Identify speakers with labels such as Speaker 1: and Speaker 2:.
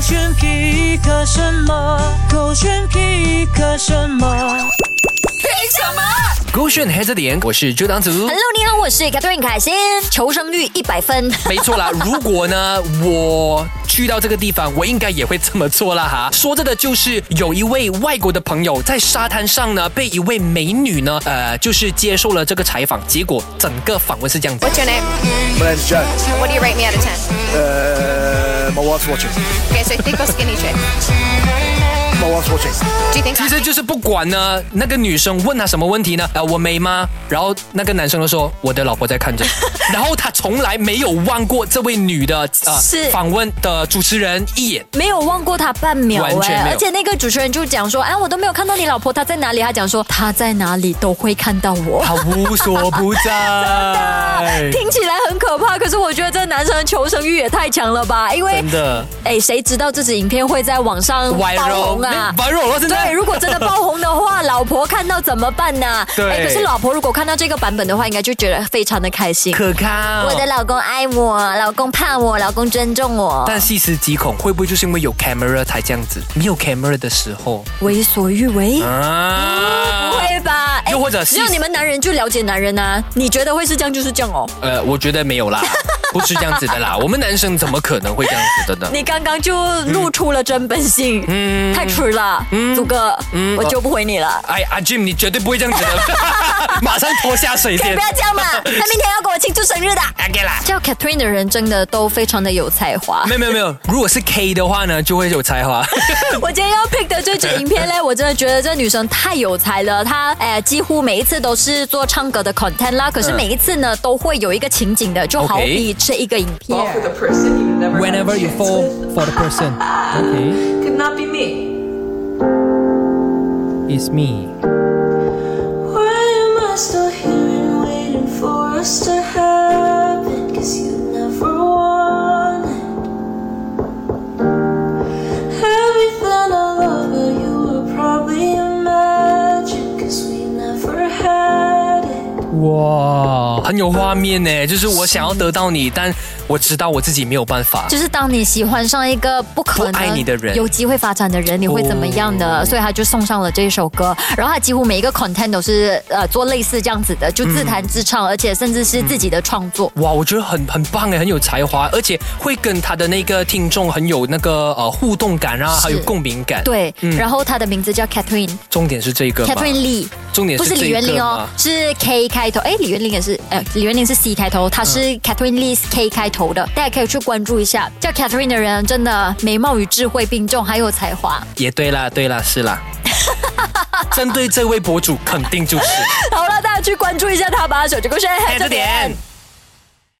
Speaker 1: 选皮克什么？狗选皮克什么？
Speaker 2: 勾选黑着点，我是周当组。
Speaker 3: Hello，你好，我是 Catherine 凯欣，求生欲一百分。
Speaker 2: 没错啦，如果呢我去到这个地方，我应该也会这么做啦哈。说着的就是有一位外国的朋友在沙滩上呢，被一位美女呢，呃，就是接受了这个采访，结果整个访问是这样子。
Speaker 4: What's your name?
Speaker 5: My name's Jack.
Speaker 4: What do you rate me out of 10?
Speaker 5: Uh, my wife's watching.
Speaker 4: Okay, so thick or skinny chick?
Speaker 5: My wife's watching.
Speaker 4: Do you think
Speaker 2: 其实就是不管呢，那个女生问他什么问题呢？呃，我美吗？然后那个男生就说我的老婆在看着， 然后他从来没有望过这位女的呃
Speaker 3: 是
Speaker 2: 访问的主持人一眼。
Speaker 3: 没有忘过他半秒
Speaker 2: 完全
Speaker 3: 哎、
Speaker 2: 没有
Speaker 3: 而且那个主持人就讲说，哎，我都没有看到你老婆，她在哪里？他讲说她在哪里都会看到我。
Speaker 2: 他无所不 在，
Speaker 3: 听起来很可怕，可是我觉得这男生的求生欲也太强了吧？因为
Speaker 2: 真，的
Speaker 3: 哎，谁知道这支影片会在网上
Speaker 2: 歪
Speaker 3: 爆
Speaker 2: 肉
Speaker 3: 红啊？
Speaker 2: 歪肉了，现在
Speaker 3: 对，如果真的爆红的话，老婆看到怎么办呢、
Speaker 2: 对
Speaker 3: 哎可是老婆如果看到这个版本的话，应该就觉得非常的开心。
Speaker 2: 可靠。
Speaker 3: 我的老公爱我，老公怕我，老公尊重我，
Speaker 2: 但细思极恐，会不会就是因为有 camera 才这样子？没有 camera 的时候
Speaker 3: 为所欲为。
Speaker 2: 啊
Speaker 3: 嗯不，会吧？哎
Speaker 2: 又或者是
Speaker 3: 只有你们男人就了解男人啊，你觉得会是这样就是这样哦。
Speaker 2: 呃，我觉得没 有啦，不是这样子的啦。我们男生怎么可能会这样子的呢？
Speaker 3: 你刚刚就露出了真本性，嗯，太蠢了，祖哥，
Speaker 2: 嗯
Speaker 3: 我救不回你了。
Speaker 2: 哎，阿 Jim，你绝对不会这样 子的，马上拖下水
Speaker 3: 可以
Speaker 2: 先
Speaker 3: 哎不。要这 样嘛！他明天要跟我庆祝生日的。
Speaker 2: OK 啦。
Speaker 3: 叫 Catherine 的人真的都非常的有才华。
Speaker 2: 没有没有没有，如果是 K 的话呢，就会有 才华。
Speaker 3: 我今天要 pick 的这支影片 呢，我真的觉得这女生太有才了。她呃几乎每一次都是做唱歌的 content 啦，可是
Speaker 2: 嗯
Speaker 3: 每一次呢都会有一个情景的，就好
Speaker 2: OK 哦
Speaker 3: 比这一个影片。
Speaker 6: for the person you never had a
Speaker 2: Whenever you
Speaker 6: chance
Speaker 2: fall
Speaker 6: with.
Speaker 2: for the person, okay,
Speaker 6: Could not be me.
Speaker 2: it's me.
Speaker 7: Why am I still here and waiting for us to happen? Cause you never wanted everything I love, but you were probably imagine. Cause we never had it.
Speaker 2: 哇，很有画面呢，就是我想要得到你，但我知道我自己没有办法。
Speaker 3: 就是当你喜欢上一个不可能
Speaker 2: 不爱你的人
Speaker 3: 有机会发展的人，你会怎么样呢？所以他就送上了这一首歌，然后他几乎每一个 content 都是呃做类似这样子的，就自弹自唱，而且甚至是自
Speaker 2: 嗯
Speaker 3: 己的创作。
Speaker 2: 哇，我觉得很很棒哎，很有才华，而且会跟他的那个听众很有那个呃互动感啊，
Speaker 3: 是
Speaker 2: 还有共鸣感。，
Speaker 3: 对，然后他的名字叫 Catherine，Catherine
Speaker 2: 重点是这个嘛，
Speaker 3: Lee，
Speaker 2: 重点
Speaker 3: 不是
Speaker 2: 这
Speaker 3: 李
Speaker 2: 一个
Speaker 3: 元玲哦
Speaker 2: 嘛，
Speaker 3: 是 K 开头，哎，李元玲也是，呃，李元玲是 C 开头，她是
Speaker 2: 嗯
Speaker 3: Catherine Lee K 开头的，大家可以去关注一下。叫 Catherine 的人真的美貌与智慧并重，还有才华。
Speaker 2: 也对啦，对啦，是啦。针对这位博主，肯定就是。
Speaker 3: 好了，大家去关注一下他吧，手机勾选
Speaker 2: 哎，这点。